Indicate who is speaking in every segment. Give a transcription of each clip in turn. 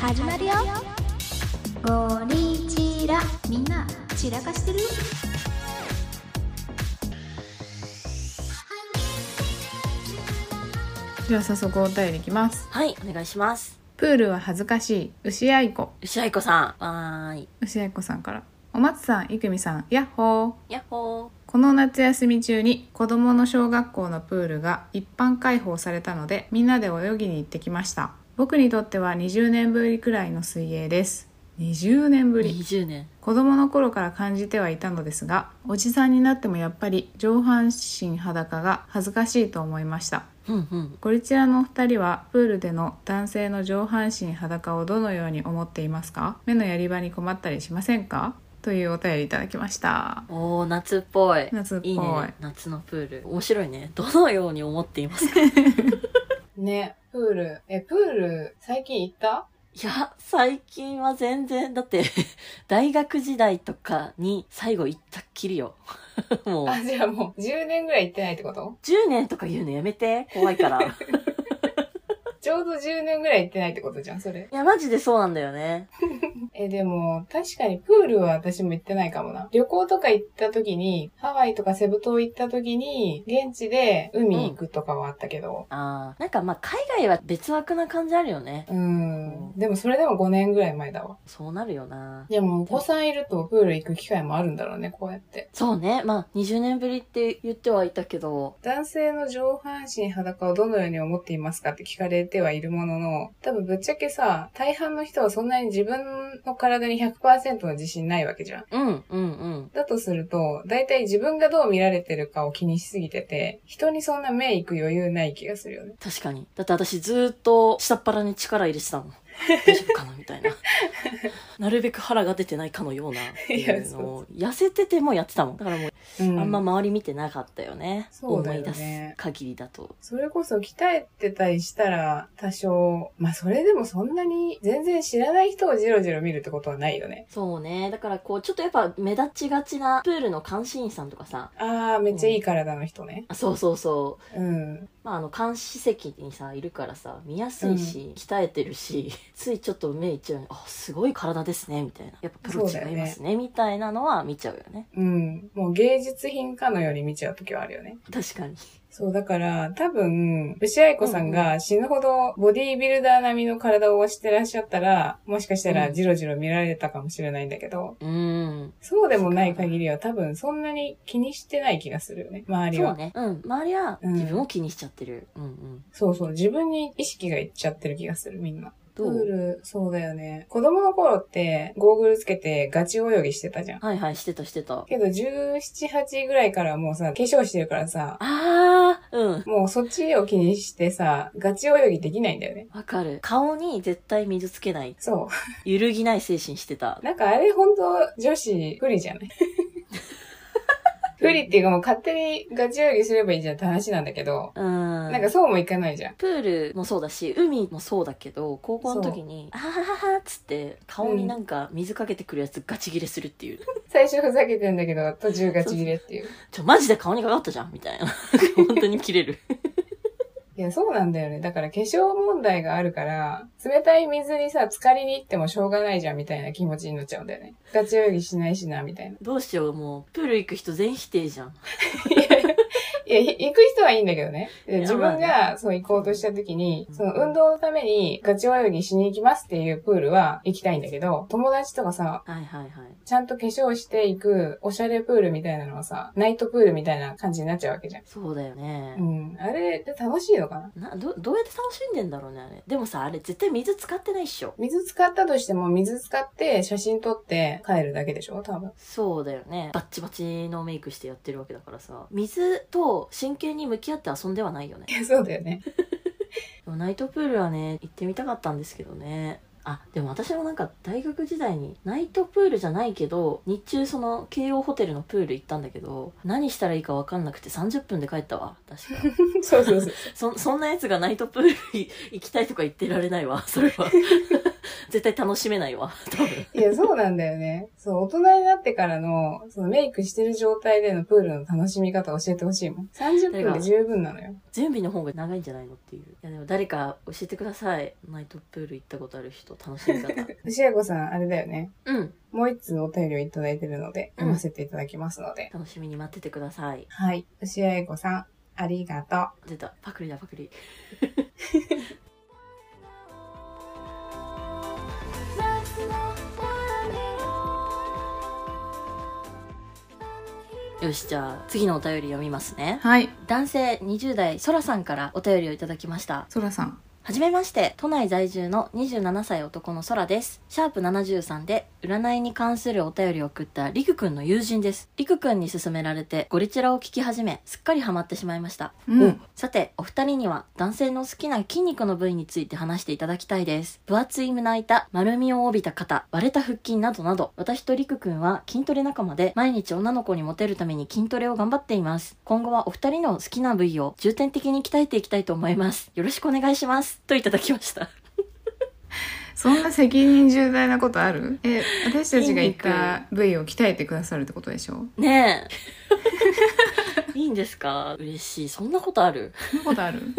Speaker 1: 始まるよゴリチラみんな散らかしてる
Speaker 2: では早速お便りいきます
Speaker 3: はい、お願いします。
Speaker 2: プールは恥ずかしい牛愛子
Speaker 3: 牛愛子さん。わーい。
Speaker 2: 牛愛子さんからお松さんいくみさんやっほー
Speaker 3: やっほ
Speaker 2: この夏休み中に子どもの小学校のプールが一般開放されたのでみんなで泳ぎに行ってきました僕にとっては20年ぶりくらいの水泳です20年ぶ
Speaker 3: ー。
Speaker 2: り
Speaker 3: 20年。
Speaker 2: 子供の頃から感じてはいたのですがおじさんになってもやっぱり上半身裸が恥ずかしいと思いました
Speaker 3: うんうん。
Speaker 2: ゴリチラのお二人はプールでの男性の上半身裸をどのように思っていますか目のやり場に困ったりしませんかというお便りいただきました
Speaker 3: おー、夏っぽい。
Speaker 2: 夏っぽい
Speaker 3: いいね。夏のプール。面白いね。どのように思っていま すかい
Speaker 2: ね、プール。え、プール、最近行った
Speaker 3: や、最近は全然、だって、 大学時代とかに最後行ったっきりよ。 もう、
Speaker 2: あ、じゃあもう10年ぐらい行ってないってこと
Speaker 3: 10年とか言うのやめて。怖 いから。い
Speaker 2: ちょうど10年ぐらい行ってないってことじゃん、それ。
Speaker 3: や、マジでそうなんだよね。
Speaker 2: え、でも、確かにプールは私も行ってないかもな。旅行とか行った時に、ハワイとかセブ島行った時に、現地で海行くとかはあったけど、
Speaker 3: あー。なんかまあ、海外は別枠な感じあるよね。
Speaker 2: うん、でもそれでも5年ぐらい前だわ。
Speaker 3: そうなるよな。
Speaker 2: でも、お子さんいるとプール行く機会もあるんだろうね、こうやって。
Speaker 3: そうね。まあ、20年ぶりって言ってはいたけど、
Speaker 2: 男性の上半身裸をどのように思っていますかって聞かれてはいるものの、多分ぶっちゃけさ、大半の人はそんなに自分の体に100%の自信ないわけじゃん。
Speaker 3: うん、うん、うん。
Speaker 2: だとすると、大体自分がどう見られてるかを気にしすぎてて、人にそんな目行く余裕ない気がするよね。
Speaker 3: 確かに。だって私ずーっと下っ腹に力入れてたもん。 大丈夫かなみたいな。なるべく腹が出てないかのようなっていうのを、痩せててもやってたもん。だからもう、
Speaker 2: うん。
Speaker 3: あんま周り見てなかったよね。
Speaker 2: そうだよね
Speaker 3: 思い出す限りだと。
Speaker 2: それこそ鍛えてたりしたら、多少、まあそれでもそんなに全然知らない人をじろじろ見るってことはないよね。
Speaker 3: そうね。だからこう、ちょっとやっぱ目立ちがちなプールの監視員さんとかさ、
Speaker 2: あー、めっちゃいい体の人ね。
Speaker 3: あそうそうそう。
Speaker 2: うん。
Speaker 3: まあ、あの、監視席にさ、いるからさ、見やすいし、鍛えてるし、 ついちょっと目いっちゃうよねあ、すごい体ですね、みたいな。やっぱプロ違いますね、みたいなのは見ちゃうよね。
Speaker 2: うん。もう芸術品かのように見ちゃう時はあるよね。
Speaker 3: 確かに。
Speaker 2: そう、だから、多分、牛愛子さんが死ぬほどボディービルダー並みの体をしてらっしゃったら、もしかした
Speaker 3: う
Speaker 2: ら
Speaker 3: ん
Speaker 2: ジロジロ見られたかもしれないんだけど、
Speaker 3: うん。
Speaker 2: そうでもない限りは多分そんなに気にしてない気がするよね、周り
Speaker 3: そう
Speaker 2: は。
Speaker 3: ね。うん。周りは
Speaker 2: うん
Speaker 3: 自分を気にしちゃってる。うんうん。
Speaker 2: そうそう、自分に意識がいっちゃってる気がする、みんな。プ
Speaker 3: ど
Speaker 2: ー
Speaker 3: う
Speaker 2: ル、そうだよね。子供の頃って、ゴーグルつけてガチ泳ぎしてたじゃん。
Speaker 3: はいはい、してたしてた。あ
Speaker 2: けど、17、8ぐらいからはもうさ、化粧してるからさ、
Speaker 3: あー、うん。
Speaker 2: もうそっちを気にしてさ、ガチ泳ぎできないんだよね。
Speaker 3: わかる。顔に絶対水つけない。
Speaker 2: そ
Speaker 3: 揺るぎない精神してた
Speaker 2: う。。なんかあれほんと女子不利じゃない 不利っていうかもう勝手にガチ泳ぎすればいいじゃんって話なんだけど、
Speaker 3: うん。
Speaker 2: なんかそうもいかないじゃん。
Speaker 3: プールもそうだし、海もそうだけど、高校の時に、あはははっつって、顔になんか水かけてくるやつガチ切れするっていう。
Speaker 2: 最初ふざけてんだけど、途中ガチ切れっていう。
Speaker 3: ちょ、マジで顔にかかったじゃんみたいな。 本当に切れる。
Speaker 2: いや、そうなんだよね。だから化粧問題があるから、冷たい水にさ、浸かりに行ってもしょうがないじゃんみたいな気持ちになっちゃうんだよね。ガチ泳ぎしないしな、みたいな。
Speaker 3: どうしよう、もう、プール行く人全否定じゃん。
Speaker 2: いや、い行く人はいいんだけどね。で
Speaker 3: いや
Speaker 2: 自分
Speaker 3: ま
Speaker 2: が、そう行こうとした時に、
Speaker 3: うん
Speaker 2: その運動のためにガチ泳ぎしに行きますっていうプールは行きたいんだけど、友達とかさ、
Speaker 3: はいはいはい。
Speaker 2: ちゃんと化粧していくおしゃれプールみたいなのはさ、ナイトプールみたいな感じになっちゃうわけじゃん。
Speaker 3: そうだよね。
Speaker 2: うん。あれって楽しいのかな
Speaker 3: などどうやって楽しんでんだろうねあれでもさあれ絶対水使ってないっしょ
Speaker 2: 水使ったとしても、水使って写真撮って帰るだけでしょ多分。
Speaker 3: そうだよねバッチバチのメイクしてやってるわけだからさ水と真剣に向き合って遊んではないよね
Speaker 2: いや、そうだよね。
Speaker 3: でもナイトプールはね行ってみたかったんですけどねあでも私もなんか大学時代にナイトプールじゃないけど日中その慶応ホテルのプール行ったんだけど何したらいいか分かんなくて30分で帰ったわ確か
Speaker 2: そうそうそう。
Speaker 3: そそんなやつがナイトプール行きたいとか言ってられないわそれは 絶対楽しめないわ、多分。
Speaker 4: いや、そうなんだよね。そう、大人になってからの、そのメイクしてる状態でのプールの楽しみ方教えてほしいもん。30分で十分なのよ。
Speaker 3: 準備の方が長いんじゃないのっていう。いや、でも誰か教えてください。ナイトプール行ったことある人、楽しみ方。
Speaker 4: しやこさん、あれだよね。
Speaker 3: うん。
Speaker 4: もう一通お便りをいただいてるので、
Speaker 3: うん
Speaker 4: 読ませていただきますので。
Speaker 3: 楽しみに待っててください。
Speaker 4: はい。牛やえこさん、ありがとう。
Speaker 3: 出た。パクリだ、パクリ。よし、じゃあ、次のお便り読みますね。
Speaker 2: はい
Speaker 3: 男性20代、そらさんからお便りをいただきました。
Speaker 2: そらさん
Speaker 3: はじめまして、都内在住の27歳男の空です。シャープ73で占いに関するお便りを送ったりくくんの友人です。りくくんに勧められてゴリチラを聞き始め、すっかりハマってしまいました。
Speaker 2: うん
Speaker 3: おさて、お二人には男性の好きな筋肉の部位について話していただきたいです。分厚い胸板、丸みを帯びた肩、割れた腹筋などなど、私とりくくんは筋トレ仲間で毎日女の子にモテるために筋トレを頑張っています。今後はお二人の好きな部位を重点的に鍛えていきたいと思います。よろしくお願いします。といただきました。
Speaker 2: そんな責任重大なことあるえ私たちが言った部位を鍛えてくださるってことでしょ
Speaker 3: ね え。いいんですか嬉しい。そんなことある
Speaker 2: そんなことある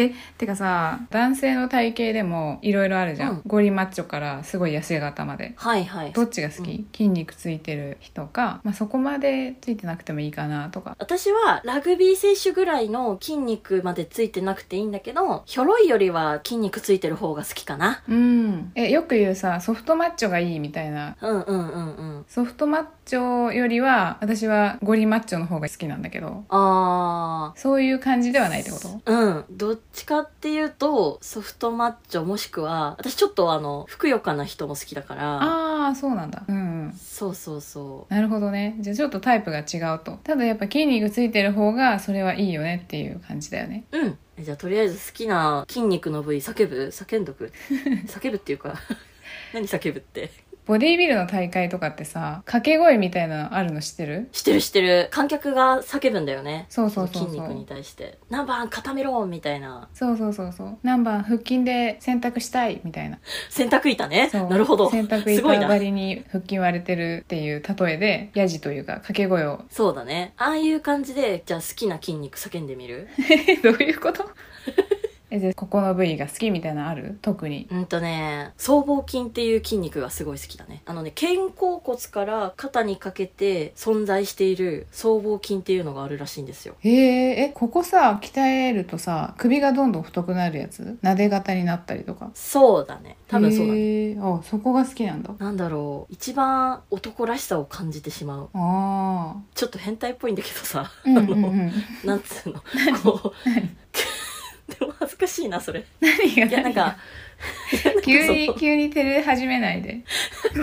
Speaker 2: えてかさ男性の体型でもいろいろあるじゃん、
Speaker 3: うん
Speaker 2: ゴリマッチョからすごい痩せ型まで
Speaker 3: はいはい
Speaker 2: ど。っちが好き、筋肉ついてる人か、まあ、そこまでついてなくてもいいかなとか
Speaker 3: 私はラグビー選手ぐらいの筋肉までついてなくていいんだけど、ひょろいよりは筋肉ついてる方が好きかな。
Speaker 2: うんえよく言うさソフトマッチョがいいみたいな
Speaker 3: うんうんうんうん。
Speaker 2: ソフトマッチョよりは私はゴリマッチョの方が好きなんだけど
Speaker 3: あ
Speaker 2: そういう感じではないってこと
Speaker 3: ー。うん。どっちかっていうと、ソフトマッチョもしくは、私ちょっとあの、ふくよかな人も好きだから、
Speaker 2: ああーそうなんだうん、うん、
Speaker 3: そうそうそう。
Speaker 2: なるほどねじゃあちょっとタイプが違うとただやっぱ筋肉ついてる方がそれはいいよねっていう感じだよね
Speaker 3: うん。えじゃあとりあえず好きな筋肉の部位叫ぶ叫んど く叫ぶっていうか、 何叫ぶって。
Speaker 2: ボディービルの大会とかってさ掛け声みたいなのあるの知ってる
Speaker 3: 知ってる知ってる。観客が叫ぶんだよね。
Speaker 2: そうそうそうそう
Speaker 3: 筋肉に対して。何番固めろみたいな。
Speaker 2: そうそうそうそう何番腹筋で洗濯したいみたいな
Speaker 3: 洗濯板ね。
Speaker 2: そう
Speaker 3: なるほど。
Speaker 2: 洗濯
Speaker 3: すごい
Speaker 2: 板
Speaker 3: な
Speaker 2: ばりに腹筋割れてるっていう例えでヤジというか掛け声を
Speaker 3: そうだね。ああいう感じで、じゃあ好きな筋肉叫んでみる
Speaker 2: えどういう ことえじゃあここの部位が好きみたいなのある特に
Speaker 3: うんとね、僧帽筋っていう筋肉がすごい好きだね。あのね、肩甲骨から肩にかけて存在している僧帽筋っていうのがあるらしいんですよ。
Speaker 2: へええここさ鍛えるとさ首がどんどん太くなるやつなで型になったりとか
Speaker 3: そうだね。多分そうだね。
Speaker 2: へえあそこが好きなんだ
Speaker 3: なんだろう。一番男らしさを感じてしまう。
Speaker 2: ああ
Speaker 3: ちょっと変態っぽいんだけど さ。
Speaker 2: うんうんうん
Speaker 3: なんつうのこう でも恥ずかしいなそれい
Speaker 2: 何が
Speaker 3: やなんか
Speaker 2: 急
Speaker 3: そ
Speaker 2: に
Speaker 3: う
Speaker 2: 急に照れ始めないで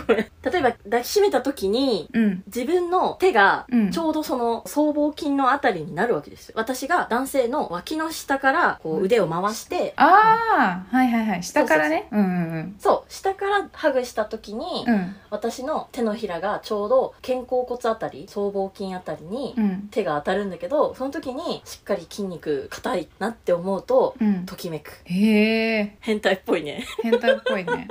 Speaker 3: ごめん例えば抱きしめた時に
Speaker 2: うん
Speaker 3: 自分の手が
Speaker 2: うん
Speaker 3: ちょうどその僧帽筋のあたりになるわけですよ私が男性の脇の下からこう腕を回して
Speaker 2: ああ、はいはいはい下からねうんうんうん
Speaker 3: そう下からハグした時に、
Speaker 2: うん
Speaker 3: 私の手のひらがちょうど肩甲骨あたり僧帽筋あたりに
Speaker 2: うん
Speaker 3: 手が当たるんだけどその時にしっかり筋肉硬いなって思うと
Speaker 2: うん
Speaker 3: ときめく
Speaker 2: へえ
Speaker 3: 変態っぽいね
Speaker 2: 変態っぽいね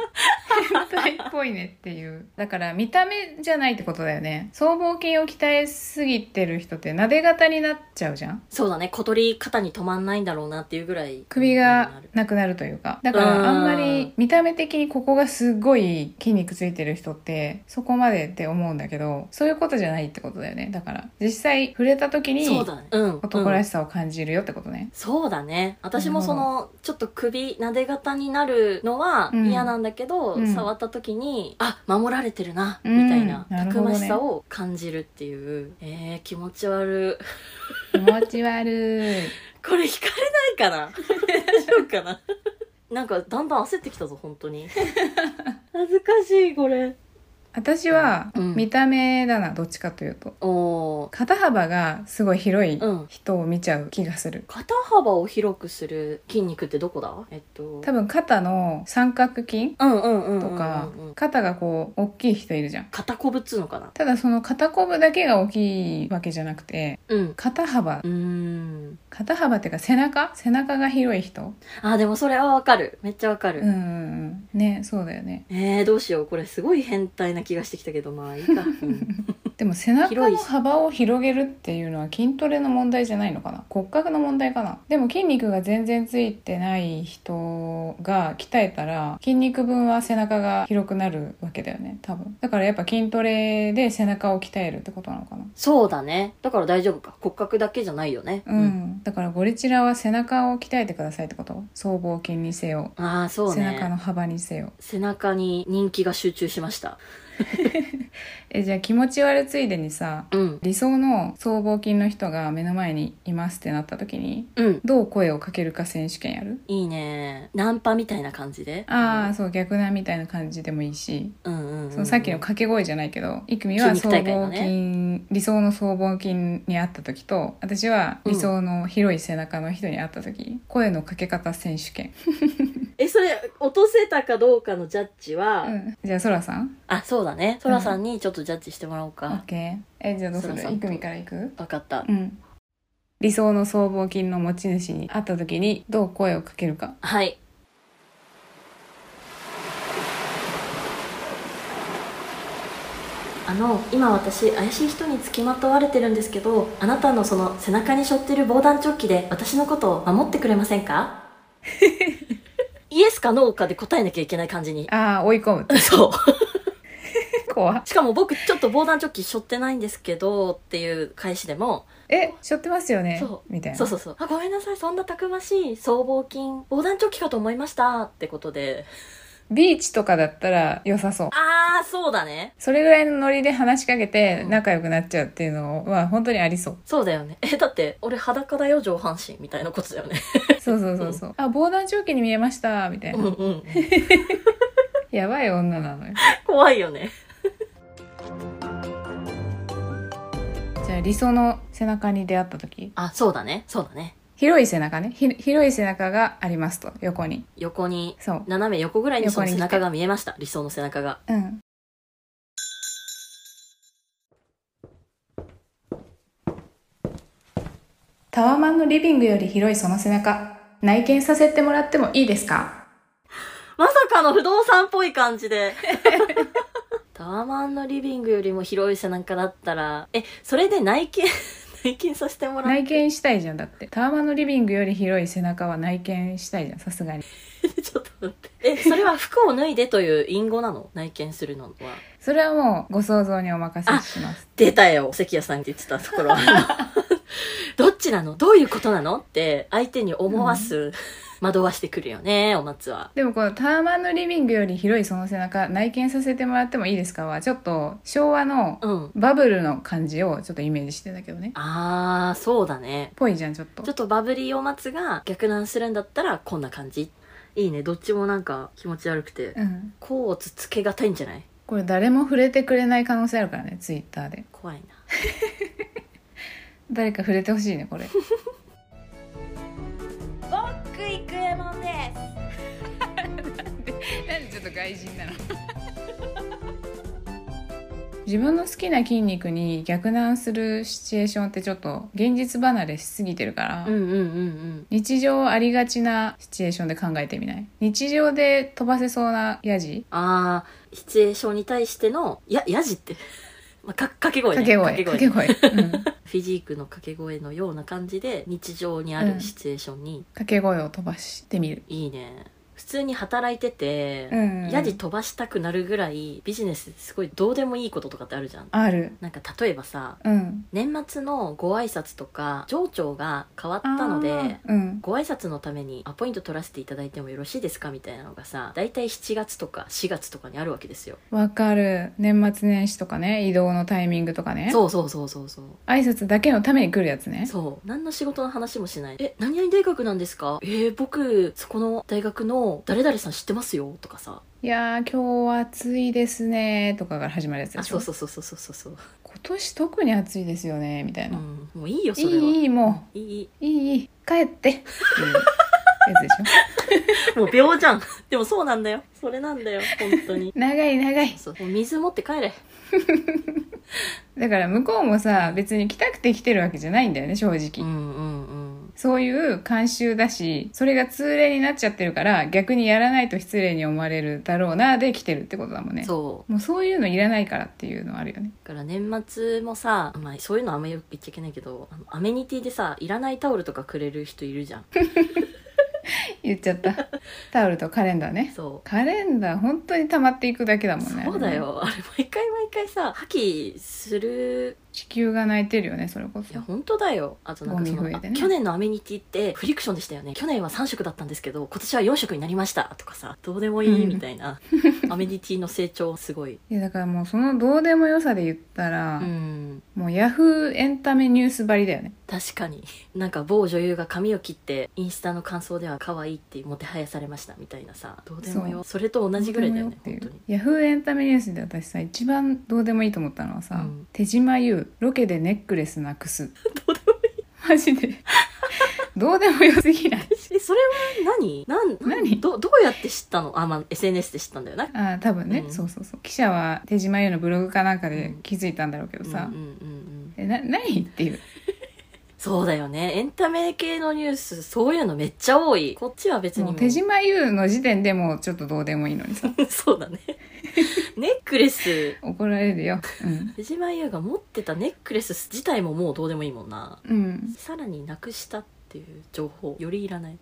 Speaker 2: 変態っぽいねっていうだから見た目じゃないってことだよね僧帽筋を鍛えすぎてる人ってなで型になっちゃうじゃん
Speaker 3: そうだね小鳥肩に止まんないんだろうなっていうぐらい
Speaker 2: 首がなくなるというかだからあんまり見た目的にここがすごい筋肉ついてる人ってそこまでって思うんだけどそういうことじゃないってことだよねだから実際触れた時に
Speaker 3: そうだねうん
Speaker 2: 男ら
Speaker 3: しい、
Speaker 2: しさを感じるよってことね、
Speaker 3: そうだね私もそのちょっと首なで型になるのは
Speaker 2: うん
Speaker 3: 嫌なんだけど、
Speaker 2: うん
Speaker 3: 触った時にあ守られてるな、
Speaker 2: うん
Speaker 3: みたいな
Speaker 2: なる
Speaker 3: た
Speaker 2: ほど
Speaker 3: く
Speaker 2: ね
Speaker 3: ましさを感じるっていうえー、気持ち悪い
Speaker 2: 気持ち悪い
Speaker 3: これ惹かれないかな大丈夫かな なんかだんだん焦ってきたぞ本当に恥ずかしいこれ
Speaker 2: 私は
Speaker 3: うん
Speaker 2: 見た目だな、どっちかというと
Speaker 3: おー
Speaker 2: 肩幅がすごい広い
Speaker 3: うん
Speaker 2: 人を見ちゃう気がする
Speaker 3: 肩幅を広くする筋肉ってどこだえっと
Speaker 2: 多分肩の三角筋
Speaker 3: うんうんうんうんうんうん
Speaker 2: とか、肩がこう大きい人いるじゃん
Speaker 3: 肩こぶっつうのかな
Speaker 2: ただその肩こぶだけが大きいわけじゃなくて
Speaker 3: うん
Speaker 2: 肩幅
Speaker 3: うーん
Speaker 2: 肩幅っていうか背中背中が広い人
Speaker 3: あでもそれはわかるめっちゃわかる、
Speaker 2: うんうんうんねそうだよね
Speaker 3: えー、どうしようこれすごい変態な気がしてきたけどまあい いか、うん
Speaker 2: でも背中
Speaker 3: 広い
Speaker 2: の
Speaker 3: し
Speaker 2: 幅を広げるっていうのは筋トレの問題じゃないのかな骨格の問題かなでも筋肉が全然ついてない人が鍛えたら筋肉分は背中が広くなるわけだよね多分だからやっぱ筋トレで背中を鍛えるってことなのかな
Speaker 3: そうだねだから大丈夫か骨格だけじゃないよね
Speaker 2: うん、だからゴリチラは背中を鍛えてくださいってこと僧帽筋にせよ、
Speaker 3: うんああそう
Speaker 2: 背
Speaker 3: ね
Speaker 2: 中の幅にせよ
Speaker 3: 背中に人気が集中しました
Speaker 2: えじゃあ気持ち悪ついでにさ
Speaker 3: うん
Speaker 2: 理想の僧帽筋の人が目の前にいますってなった時に
Speaker 3: うん
Speaker 2: どう声をかけるか選手権やる
Speaker 3: いいねナンパみたいな感じで
Speaker 2: ああ、そう逆なみたいな感じでもいいし、
Speaker 3: うんうんうんうん
Speaker 2: そのさっきの掛け声じゃないけどいくみは
Speaker 3: 筋
Speaker 2: 僧
Speaker 3: 肉
Speaker 2: 帽
Speaker 3: 大
Speaker 2: 筋
Speaker 3: 会のね
Speaker 2: 理想の僧帽筋に会った時と私は理想の広い背中の人に会った時、声のかけ方選手権、
Speaker 3: えそれ落とせたかどうかのジャッジは、
Speaker 2: うんじゃあそらさん
Speaker 3: あそうだねそらさんにちょっとジャッジしてもらおうか、
Speaker 2: オッケーえじゃあどうす
Speaker 3: そ
Speaker 2: る
Speaker 3: らさん
Speaker 2: いくみからいく
Speaker 3: 分かった
Speaker 2: うん理想の僧帽筋の持ち主に会った時にどう声をかけるか
Speaker 3: はいあの今私怪しい人につきまとわれてるんですけどあなたのその背中に背負ってる防弾チョッキで私のことを守ってくれません かイエスかノーかで答えなきゃいけない感じに
Speaker 2: ああ追い込む
Speaker 3: そう
Speaker 2: 怖っ
Speaker 3: しかも僕ちょっと防弾チョッキ背負ってないんですけどっていう返しでも
Speaker 2: え背負ってますよね
Speaker 3: そう
Speaker 2: みたいな
Speaker 3: そうそうそうあごめんなさいそんなたくましい僧帽筋防弾チョッキかと思いましたってことで
Speaker 2: ビーチとかだったら良さそう
Speaker 3: ああそうだね
Speaker 2: それぐらいのノリで話しかけて
Speaker 3: うん
Speaker 2: 仲良くなっちゃうっていうのは本当にあり そう。
Speaker 3: そうだよねえだって俺裸だよ上半身みたいなことだよね
Speaker 2: そうそうそうそう。あ、防弾チョッキに見えました、みたいうな。
Speaker 3: んうん
Speaker 2: やばい女なのよ。
Speaker 3: 怖いよね
Speaker 2: じゃあ理想の背中に出会った時、
Speaker 3: あそうだねそうだね
Speaker 2: 広い背中ね。ひ広い背中がありますと、横に。
Speaker 3: 横に
Speaker 2: そう。
Speaker 3: 斜め横ぐらいにその
Speaker 2: 横に
Speaker 3: 背
Speaker 2: 来て
Speaker 3: 中が見えました理想の背中が
Speaker 2: うん。タワマンのリビングより広いその背中、内見させてもらってもいいですか
Speaker 3: まさかの不動産っぽい感じ でタワマンのリビングよりも広い背中だったらえそれで内見 内見させてもらう
Speaker 2: 内見したいじゃんだってタワマンのリビングより広い背中は内見したいじゃんさすがに
Speaker 3: ちょっと待って。え、それは服を脱いでという隠語なの内見するのは。
Speaker 2: それはもうご想像にお任せします
Speaker 3: 出たよ、関谷さんって言ってたところ。 どっちなのどういうことなのって相手に思わす、惑わしてくるよね、お松は。
Speaker 2: でもこのタワマンのリビングより広いその背中内見させてもらってもいいですかはちょっと昭和の
Speaker 3: うん。
Speaker 2: バブルの感じをちょっとイメージしてたけどね
Speaker 3: あー、そうだね。
Speaker 2: ぽいじゃんちょっと
Speaker 3: ちょっとバブリーお松が逆難するんだったらこんな感じ。いいね、どっちもなんか気持ち悪くて
Speaker 2: う。ん
Speaker 3: こうつつけがたいんじゃない
Speaker 2: これ誰も触れてくれない可能性あるからねツイッターで
Speaker 3: 怖いな。
Speaker 2: 誰か触れてほしいねこれ
Speaker 3: 僕、いくえもんです。
Speaker 2: なんでちょっと外人なの 自分の好きな筋肉に逆難するシチュエーションってちょっと現実離れしすぎてるから、
Speaker 3: うんうんうんうん。
Speaker 2: 日常ありがちなシチュエーションで考えてみない日常で飛ばせそうなヤジ
Speaker 3: ああ、シチュエーションに対しての、や、やじって。 まあ、か、掛け声ね。
Speaker 2: 掛け声
Speaker 3: 掛
Speaker 2: 掛
Speaker 3: け
Speaker 2: け
Speaker 3: 声。
Speaker 2: 声 うん
Speaker 3: フィジークの掛け声のような感じで、日常にあるシチュエーションに、
Speaker 2: 掛け声を飛ばしてみる、
Speaker 3: いいね。普通に働いてて、
Speaker 2: うん
Speaker 3: やじ飛ばしたくなるぐらい、ビジネスですごいどうでもいいこととかってあるじゃん。
Speaker 2: ある
Speaker 3: なんか例えばさ、
Speaker 2: うん
Speaker 3: 年末のご挨拶とか、情緒が変わったの
Speaker 2: あ
Speaker 3: で
Speaker 2: ー、うん
Speaker 3: ご挨拶のためにアポイント取らせていただいてもよろしいですかみたいなのがさ、だいたい7月とか4月とかにあるわけですよ。
Speaker 2: わかる年末年始とかね移動のタイミングとかね
Speaker 3: そうそうそうそうそう。
Speaker 2: 挨拶だけのために来るやつね
Speaker 3: そう何の仕事の話もしない「え何々大学なんですかえー、僕そこの大学の誰々さん知ってますよ」とかさ
Speaker 2: いやー今日は暑いですねとかから始まるやつで
Speaker 3: あ
Speaker 2: し
Speaker 3: そ
Speaker 2: ょ
Speaker 3: うそうそうそうそうそうそう、
Speaker 2: 今年特に暑いですよねみたいうな、
Speaker 3: ん、もういいよそ
Speaker 2: い
Speaker 3: れはい
Speaker 2: いいも
Speaker 3: いいいいう
Speaker 2: いいいい帰ってっていうやつでし ょ
Speaker 3: もう秒じゃん でもそうなんだよそれなんだよ本当に
Speaker 2: 長い長い
Speaker 3: そうもう水持って帰れ
Speaker 2: だから向こうもさ別に来たくて来てるわけじゃないんだよね正直、
Speaker 3: うんうんうん
Speaker 2: そういう慣習だしそれが通例になっちゃってるから逆にやらないと失礼に思われるだろうなで来てるってことだもんね
Speaker 3: そう
Speaker 2: もうそういうのいらないからっていうのあるよね
Speaker 3: だから年末もさ、まあ、そういうのあんまよく言っちゃいけないけどあのアメニティでさいらないタオルとかくれる人いるじ ゃん
Speaker 2: 言っちゃった タオルとカレンダーね
Speaker 3: そう
Speaker 2: カレンダー本当に溜まっていくだけだもんね
Speaker 3: そうだよあれ毎回毎回さ破棄する
Speaker 2: 地球が泣いてるよねそれこ
Speaker 3: い
Speaker 2: そ
Speaker 3: や本当だよあとなんかそ
Speaker 2: ゴ
Speaker 3: の、
Speaker 2: ミ増え
Speaker 3: あ
Speaker 2: てね
Speaker 3: 去年のアメニティってフリクションでしたよね去年は3色だったんですけど今年は4色になりましたとかさどうでもいいみたいな、アメニティの成長すごい
Speaker 2: いやだからもうそのどうでもよさで言ったら、
Speaker 3: うん
Speaker 2: もうヤフーエンタメニュースばりだよね
Speaker 3: 確かになんか某女優が髪を切ってインスタの感想では可愛いってもてはやされましたみたいなさどうでもよそれと同じぐらいだよ
Speaker 2: ど
Speaker 3: ね
Speaker 2: う
Speaker 3: 本
Speaker 2: でもっ
Speaker 3: 当に
Speaker 2: ていうヤフーエンタメニュースで私さ一番どうでもいいと思ったのはさ、
Speaker 3: うん
Speaker 2: 手島優ロケでネックレスなくすマジでどうでもよすぎない
Speaker 3: えそれは何なん
Speaker 2: 何
Speaker 3: どどうやって知ったのあまあ SNS で知ったんだよな
Speaker 2: あー多分ね、
Speaker 3: うん
Speaker 2: そうそうそう記者は手島優のブログかなんかで
Speaker 3: うん
Speaker 2: 気づいたんだろうけどさ
Speaker 3: うん、うんうんうん、
Speaker 2: えなないっていう
Speaker 3: そうだよねエンタメ系のニュースそういうのめっちゃ多いこっちは別に
Speaker 2: も
Speaker 3: も
Speaker 2: う手島優の時点でもうちょっとどうでもいいのにさ
Speaker 3: そうだねネックレス
Speaker 2: 怒られるようん、
Speaker 3: 手島優が持ってたネックレス自体ももうどうでもいいもんな
Speaker 2: うん、
Speaker 3: さらになくしたっていう情報よりいらない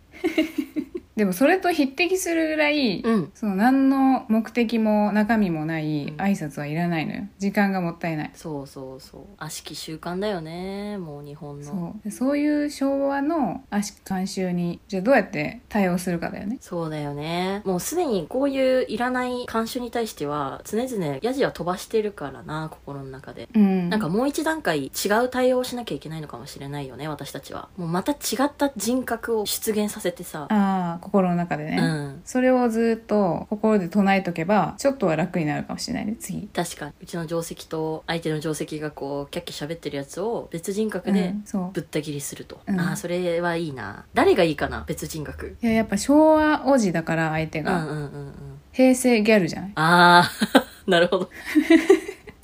Speaker 2: でもそれと匹敵するぐらい、
Speaker 3: うん
Speaker 2: その何の目的も中身もない
Speaker 3: うん
Speaker 2: 挨拶はいらないのよ時間がもったいない
Speaker 3: そうそうそう悪しき習慣だよねもう日本のそう
Speaker 2: そうでそういう昭和の悪しき慣習にじゃあどうやって対応するかだよね
Speaker 3: だよねもうすでにこういういらない慣習に対しては常々ヤジは飛ばしてるからな心の中で
Speaker 2: うん
Speaker 3: なんかもう一段階違う対応をしなきゃいけないのかもしれないよね私たちはもうまた違った人格を出現させてさ、
Speaker 2: ああ心の中でね、
Speaker 3: うん
Speaker 2: それをずっと心で唱えとけばちょっとは楽になるかもしれないね次
Speaker 3: 確かにうちの定石と相手の定石がこうキャッキャ喋ってるやつを別人格で
Speaker 2: うんそう
Speaker 3: ぶった切りすると、
Speaker 2: うん
Speaker 3: ああそれはいいな誰がいいかな別人格
Speaker 2: いややっぱ昭和王子だから相手
Speaker 3: うんうん
Speaker 2: が、
Speaker 3: うんうん
Speaker 2: 平成ギャルじゃない、
Speaker 3: ああ なるほど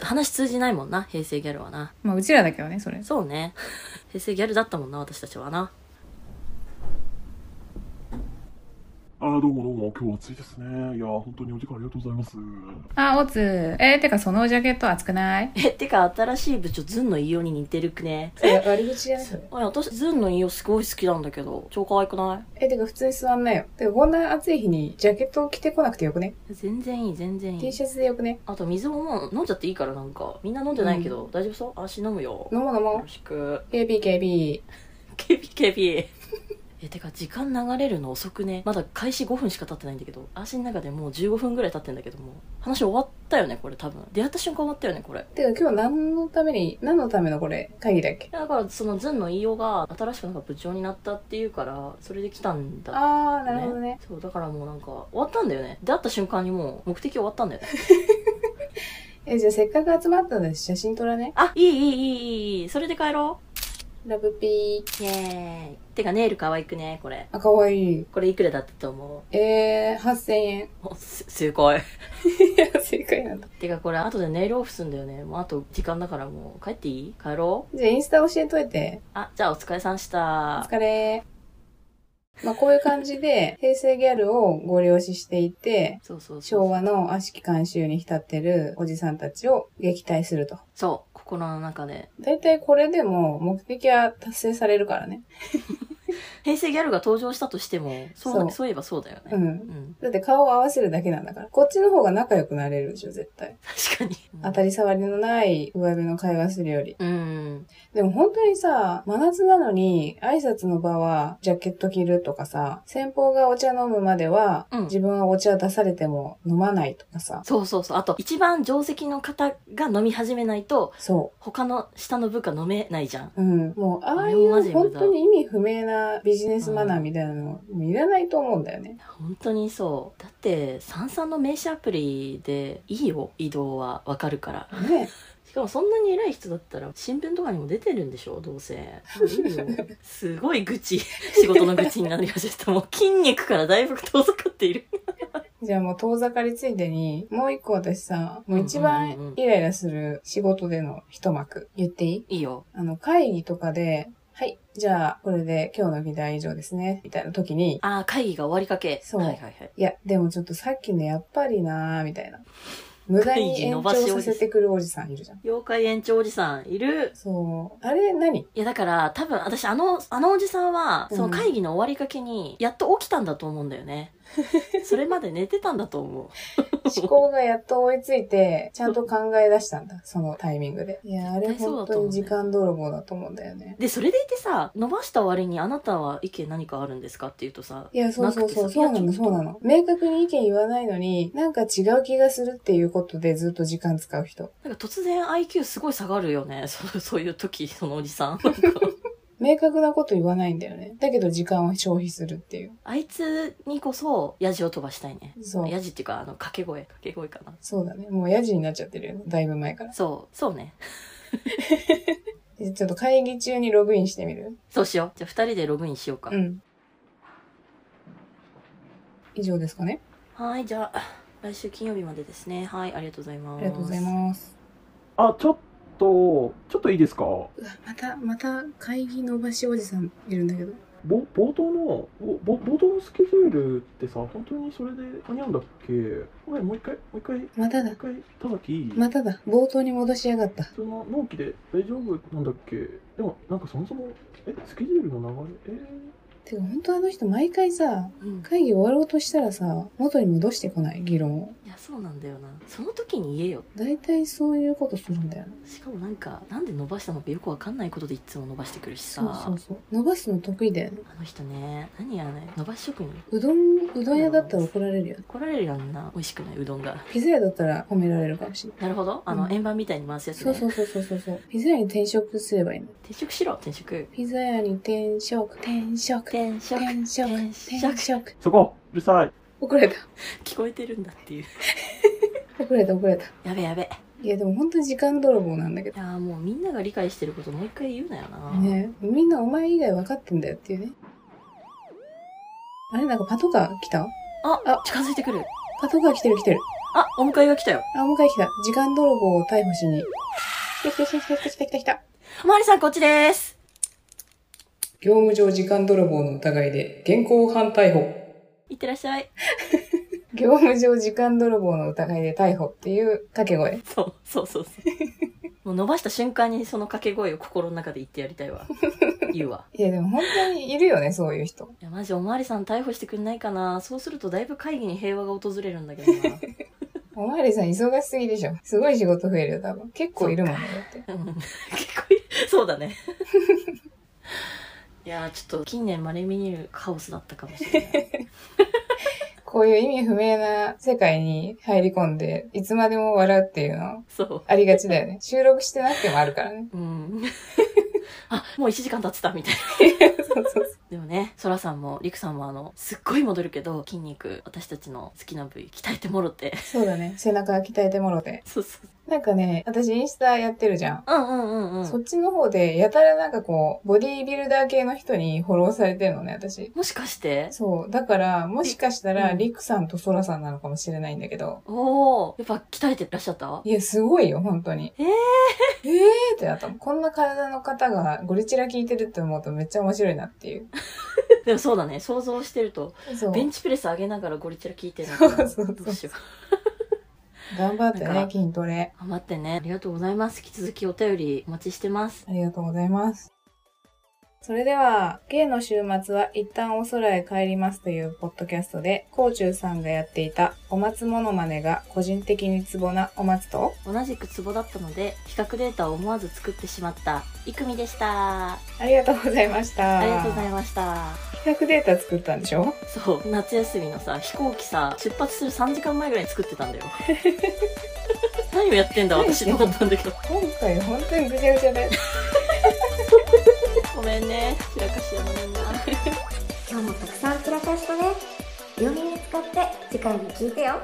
Speaker 3: 話通じないもんな平成ギャルはな
Speaker 2: まあ、うちらだけどねそれ
Speaker 3: そうね平成ギャルだったもんな私たちはな
Speaker 5: ああ、どうもどうも、今日暑いですね。いやー、本当にお時間ありがとうございます。
Speaker 2: あおつえー、てかそのジャケット熱くない
Speaker 3: えてか新しい部長ズンの飯尾に似てるくね
Speaker 4: それ割り口じゃない
Speaker 3: あ私ズンの飯尾すごい好きなんだけど超可愛くな
Speaker 4: え、てか普通に座んないよ。てかこんな暑い日にジャケットを着てこなくてよくね
Speaker 3: い全然いい全然い
Speaker 4: ?T
Speaker 3: い
Speaker 4: シャツでよくね
Speaker 3: あと水ももう飲んじゃっていいからなんかみんな飲んでないけど、大丈夫そう足飲むよ
Speaker 4: 飲もう飲
Speaker 3: よ
Speaker 4: も
Speaker 3: ろしく
Speaker 4: う。KB、KB。
Speaker 3: ケビケビ えてか時間流れるの遅くねまだ開始5分しか経ってないんだけど足の中でもう15分ぐらい経ってんだけどもう話終わったよねこれ多分出会った瞬間終わったよねこれ
Speaker 4: てか今日何のために、何のためのこれ、会議だっけ
Speaker 3: だからそのズンの飯尾が新しくなんか部長になったっていうからそれで来たんだ、
Speaker 4: あー、なるほどね。
Speaker 3: そうだからもうなんか終わったんだよね出会った瞬間にもう目的終わったんだよね
Speaker 4: え、じゃあせっかく集まったので写真撮らね。
Speaker 3: あいいいいいいいいいそれで帰ろ
Speaker 4: ラブピー。
Speaker 3: うイエーイてかネイル可愛くねこれ
Speaker 4: あ、かわいい。
Speaker 3: これいくらだったと思
Speaker 4: えー、8000円。
Speaker 3: うおすすごい
Speaker 4: いや、正解なんだ。
Speaker 3: てかこれ後でネイルオフすんだよねもうあと時間だからもう帰っていい帰ろう
Speaker 4: じゃあインスタ教えといて。
Speaker 3: あじゃあお疲れさんし
Speaker 4: お
Speaker 3: た
Speaker 4: 疲れ。まあ、こういう感じ で、平成ギャルをご了承していて、
Speaker 3: そうそうそう
Speaker 4: 昭和の悪しき慣習に浸ってるおじさんたちを撃退すると。
Speaker 3: そう心の中で
Speaker 4: 大体これでも目的は達成されるからね。
Speaker 3: 平成ギャルが登場したとしてもそうだ
Speaker 4: そう
Speaker 3: そういえばそうだよね
Speaker 4: うん。
Speaker 3: うん
Speaker 4: だって顔を合わせるだけなんだから。こっちの方が仲良くなれるでしょ、絶対。
Speaker 3: 確かに
Speaker 4: 当たり障りのない上辺の会話するより。
Speaker 3: うん
Speaker 4: でも本当にさ、真夏なのに挨拶の場はジャケット着るとかさ、先方がお茶飲むまでは、
Speaker 3: うん
Speaker 4: 自分はお茶出されても飲まないとかさ。
Speaker 3: そうそうそうあと一番定石の方が飲み始めないと
Speaker 4: そ
Speaker 3: 他の下の部下飲めないじゃん
Speaker 4: う。うん。もう、ああい
Speaker 3: あれもマジ
Speaker 4: う
Speaker 3: 無駄
Speaker 4: 本当に意味不明な
Speaker 2: なビジネスマナーみたいなのもいらないと思うんだよね。
Speaker 3: 本当にそうだってさんさんの名刺アプリでいいよ移動はわかるから
Speaker 2: ね。
Speaker 3: しかもそんなに偉い人だったら新聞とかにも出てるんでしょどうせ いいよすごい愚痴仕事の愚痴になり始めた もう筋肉からだいぶ遠ざかっている
Speaker 2: じゃあもう遠ざかりついでに、もう一個私さ、もう一
Speaker 3: うんうんう
Speaker 2: 番
Speaker 3: ん
Speaker 2: イライラする仕事での一幕言っていい
Speaker 3: いいよ
Speaker 2: あの、会議とかで、はい、じゃあこれで今日の議題以上ですね、みたいな時に、
Speaker 3: ああ会議が終わりかけ
Speaker 2: そう
Speaker 3: はいはいはい
Speaker 2: いや、でもちょっとさっきね、やっぱりなーみたいな。無駄に延長させてくるおじさんいるじゃん。
Speaker 3: 妖怪延長おじさんいる
Speaker 2: そう。あれ何
Speaker 3: いやだから多分私あのあのおじさんは
Speaker 2: うん
Speaker 3: その会議の終わりかけにやっと起きたんだと思うんだ よねそれまで寝てたんだと思う
Speaker 2: 思考がやっと追いついて、ちゃんと考え出したん だ。そのタイミングで。いや、あれ
Speaker 3: 絶対そう
Speaker 2: 本
Speaker 3: だと
Speaker 2: 当
Speaker 3: 思うね
Speaker 2: に時間泥棒だと思うんだよね。
Speaker 3: でそれでいてさ伸ばした割にあなたは意見何かあるんですかっていうとさ
Speaker 2: いや、そうそうそう、
Speaker 3: なくてさ
Speaker 2: そうない
Speaker 3: や
Speaker 2: の、そうなの。明確に意見言わないのに、なんか違う気がするっていうことでずっと時間使う人。
Speaker 3: なんか突然 IQ すごい下がるよね そうそういう時そのおじさん
Speaker 2: 明確なこと言わないんだよね。だけど時間を消費するっていう。
Speaker 3: あいつにこそヤジを飛ばしたいね
Speaker 2: そう。
Speaker 3: ヤジっていうかあの掛け声掛け声かな
Speaker 2: そうだね。もうヤジになっちゃってるよね。だいぶ前から。
Speaker 3: そうそうね
Speaker 2: でちょっと会議中にログインしてみる
Speaker 3: そうしようじゃあ2人でログインしようか、
Speaker 2: うん。以上ですかね。
Speaker 3: はいじゃあ来週金曜日までですねはいありがとうございます
Speaker 2: ありがとうございます。
Speaker 5: あ、ちょっと、ちょっといいですか
Speaker 2: うわ、また、また会議伸ばしおじさんいるんだけど。
Speaker 5: ぼ冒頭のぼぼ冒頭のスケジュールってさ本当にそれで間に合うんだっけごめんもう一回もう一回も
Speaker 2: また
Speaker 5: う一
Speaker 2: だ。
Speaker 5: 回ただきいい、
Speaker 2: まただ。冒頭に戻しやがった。
Speaker 5: その納期で大丈夫なんだっけでもなんかそもそもえスケジュールの流れ
Speaker 2: てか、本当あの人毎回さ、
Speaker 3: うん
Speaker 2: 会議終わろうとしたらさ、元に戻してこない、議論を。
Speaker 3: いやそうなんだよなその時に言えよ
Speaker 2: 大体そういうことするんだよね。
Speaker 3: しかもなんかなんで伸ばしたのかよくわかんないことでいつも伸ばしてくるしさ
Speaker 2: そうそうそう。伸ばすの得意だよね。
Speaker 3: あの人ね何やね伸ばし職人
Speaker 2: うどん、うどん屋だったら怒られるよね。
Speaker 3: 怒られるやんな美味しくないうどんが
Speaker 2: ピザ屋だったら褒められるかもしれない。
Speaker 3: なるほどあの、
Speaker 2: うん
Speaker 3: 円盤みたいに回すやつ
Speaker 2: そ
Speaker 3: ね
Speaker 2: うそうそうそうそうそう。ピザ屋に転職すればいいの。
Speaker 3: 転職しろ転職
Speaker 2: ピザ屋に転職、転職、
Speaker 3: 転職
Speaker 2: 転職、
Speaker 3: 転
Speaker 2: 転
Speaker 3: 職
Speaker 2: 職。
Speaker 5: そこうるさい
Speaker 2: 怒られた。
Speaker 3: 聞こえてるんだっていう
Speaker 2: 怒られた、怒られた。
Speaker 3: やべやべい
Speaker 2: いや、でも本当に時間泥棒なんだけ
Speaker 3: やーもうみんなが理解してることもう一回言うなよ
Speaker 2: ど。
Speaker 3: な、
Speaker 2: ねみんなお前以外分かってんだよっていうね。あれなんかパトカー来た
Speaker 3: あ
Speaker 2: あ
Speaker 3: 近づいてくる
Speaker 2: パトカー来てる来てる。
Speaker 3: あお迎えが来たよ
Speaker 2: あ、もう一回来た。時間泥棒を逮捕しに。来た来た来た来た来た来た来た。
Speaker 3: マリさんこっちです
Speaker 2: 業務上時間泥棒の疑いで現行犯逮捕。
Speaker 3: いってらっしゃい
Speaker 2: 業務上時間泥棒の疑いで逮捕っていう掛け声。
Speaker 3: そうそうそ うそうもう伸ばした瞬間にその掛け声を心の中で言ってやりたいわ言うわ
Speaker 2: いや、でも本当にいるよね、そういう人。
Speaker 3: いやマジおまわりさん逮捕してくんないかなそうするとだいぶ会議に平和が訪れるんだけどな
Speaker 2: おまわりさん忙しすぎでしょ。すごい仕事増えるよ、多分。結構いるもんね、だって。
Speaker 3: うん結構いそうだねいやーちょっと近年まれに見るカオスだったかもしれない
Speaker 2: こういう意味不明な世界に入り込んで、いつまでも笑うっていうの、
Speaker 3: そ
Speaker 2: ありがちだよね。収録してなくてもあるからね。
Speaker 3: ううんあもう1時間経ってたみたいな
Speaker 2: そうそうそう。
Speaker 3: でもねそらさんもりくさんもあのすっごい戻るけど筋肉私たちの好きな部位鍛えてもろて
Speaker 2: そうだね。背中鍛えてもろて。
Speaker 3: そうそう
Speaker 2: なんかね、私インスタやってるじゃん。
Speaker 3: うんうんうんう
Speaker 2: そ
Speaker 3: ん
Speaker 2: っちの方で、やたらなんかこう、ボディービルダー系の人にフォローされてるのね、私。
Speaker 3: もしかして
Speaker 2: そう。だから、もしかしたら、
Speaker 3: うん
Speaker 2: リクさんとソラさんなのかもしれないんだけど。
Speaker 3: おおやっぱ鍛えてらっしゃった
Speaker 2: いや、すごいよ、本当に。
Speaker 3: えー
Speaker 2: えーってなったもん。こんな体の方がゴリチラ聞いてるって思うとめっちゃ面白いなっていう。
Speaker 3: でもそうだね想像してると
Speaker 2: そう。
Speaker 3: ベンチプレス上げながらゴリチラ聞いてるのかな
Speaker 2: そうそうそう
Speaker 3: どうしよう
Speaker 2: 頑張って
Speaker 3: なん
Speaker 2: ね、
Speaker 3: か
Speaker 2: 筋トレ。
Speaker 3: 頑張ってね。ありがとうございます。引き続きお便りお待ちしてます。
Speaker 2: ありがとうございます。それでは、ゲイの週末は一旦お空へ帰りますというポッドキャストで、コーチューさんがやっていたお松モノマネが個人的にツボなお松と、
Speaker 3: 同じくツボだったので、比較データを思わず作ってしまった、いくみでした。あ
Speaker 2: ありがとうございました。
Speaker 3: りがとうござい
Speaker 2: ま
Speaker 3: ました。
Speaker 2: す。企画データ作ったんでしょ
Speaker 3: そう、夏休みのさ、飛行機さ、出発する3時間前ぐらいに作ってたんだよ。何をやってんだ私と思ったんだけど。
Speaker 2: 今回本当にぐちゃぐちゃだよ。
Speaker 3: ごめんね。散らかししやらないな
Speaker 6: 今日もたくさん散らかしたね両耳使って次回も聞いてよ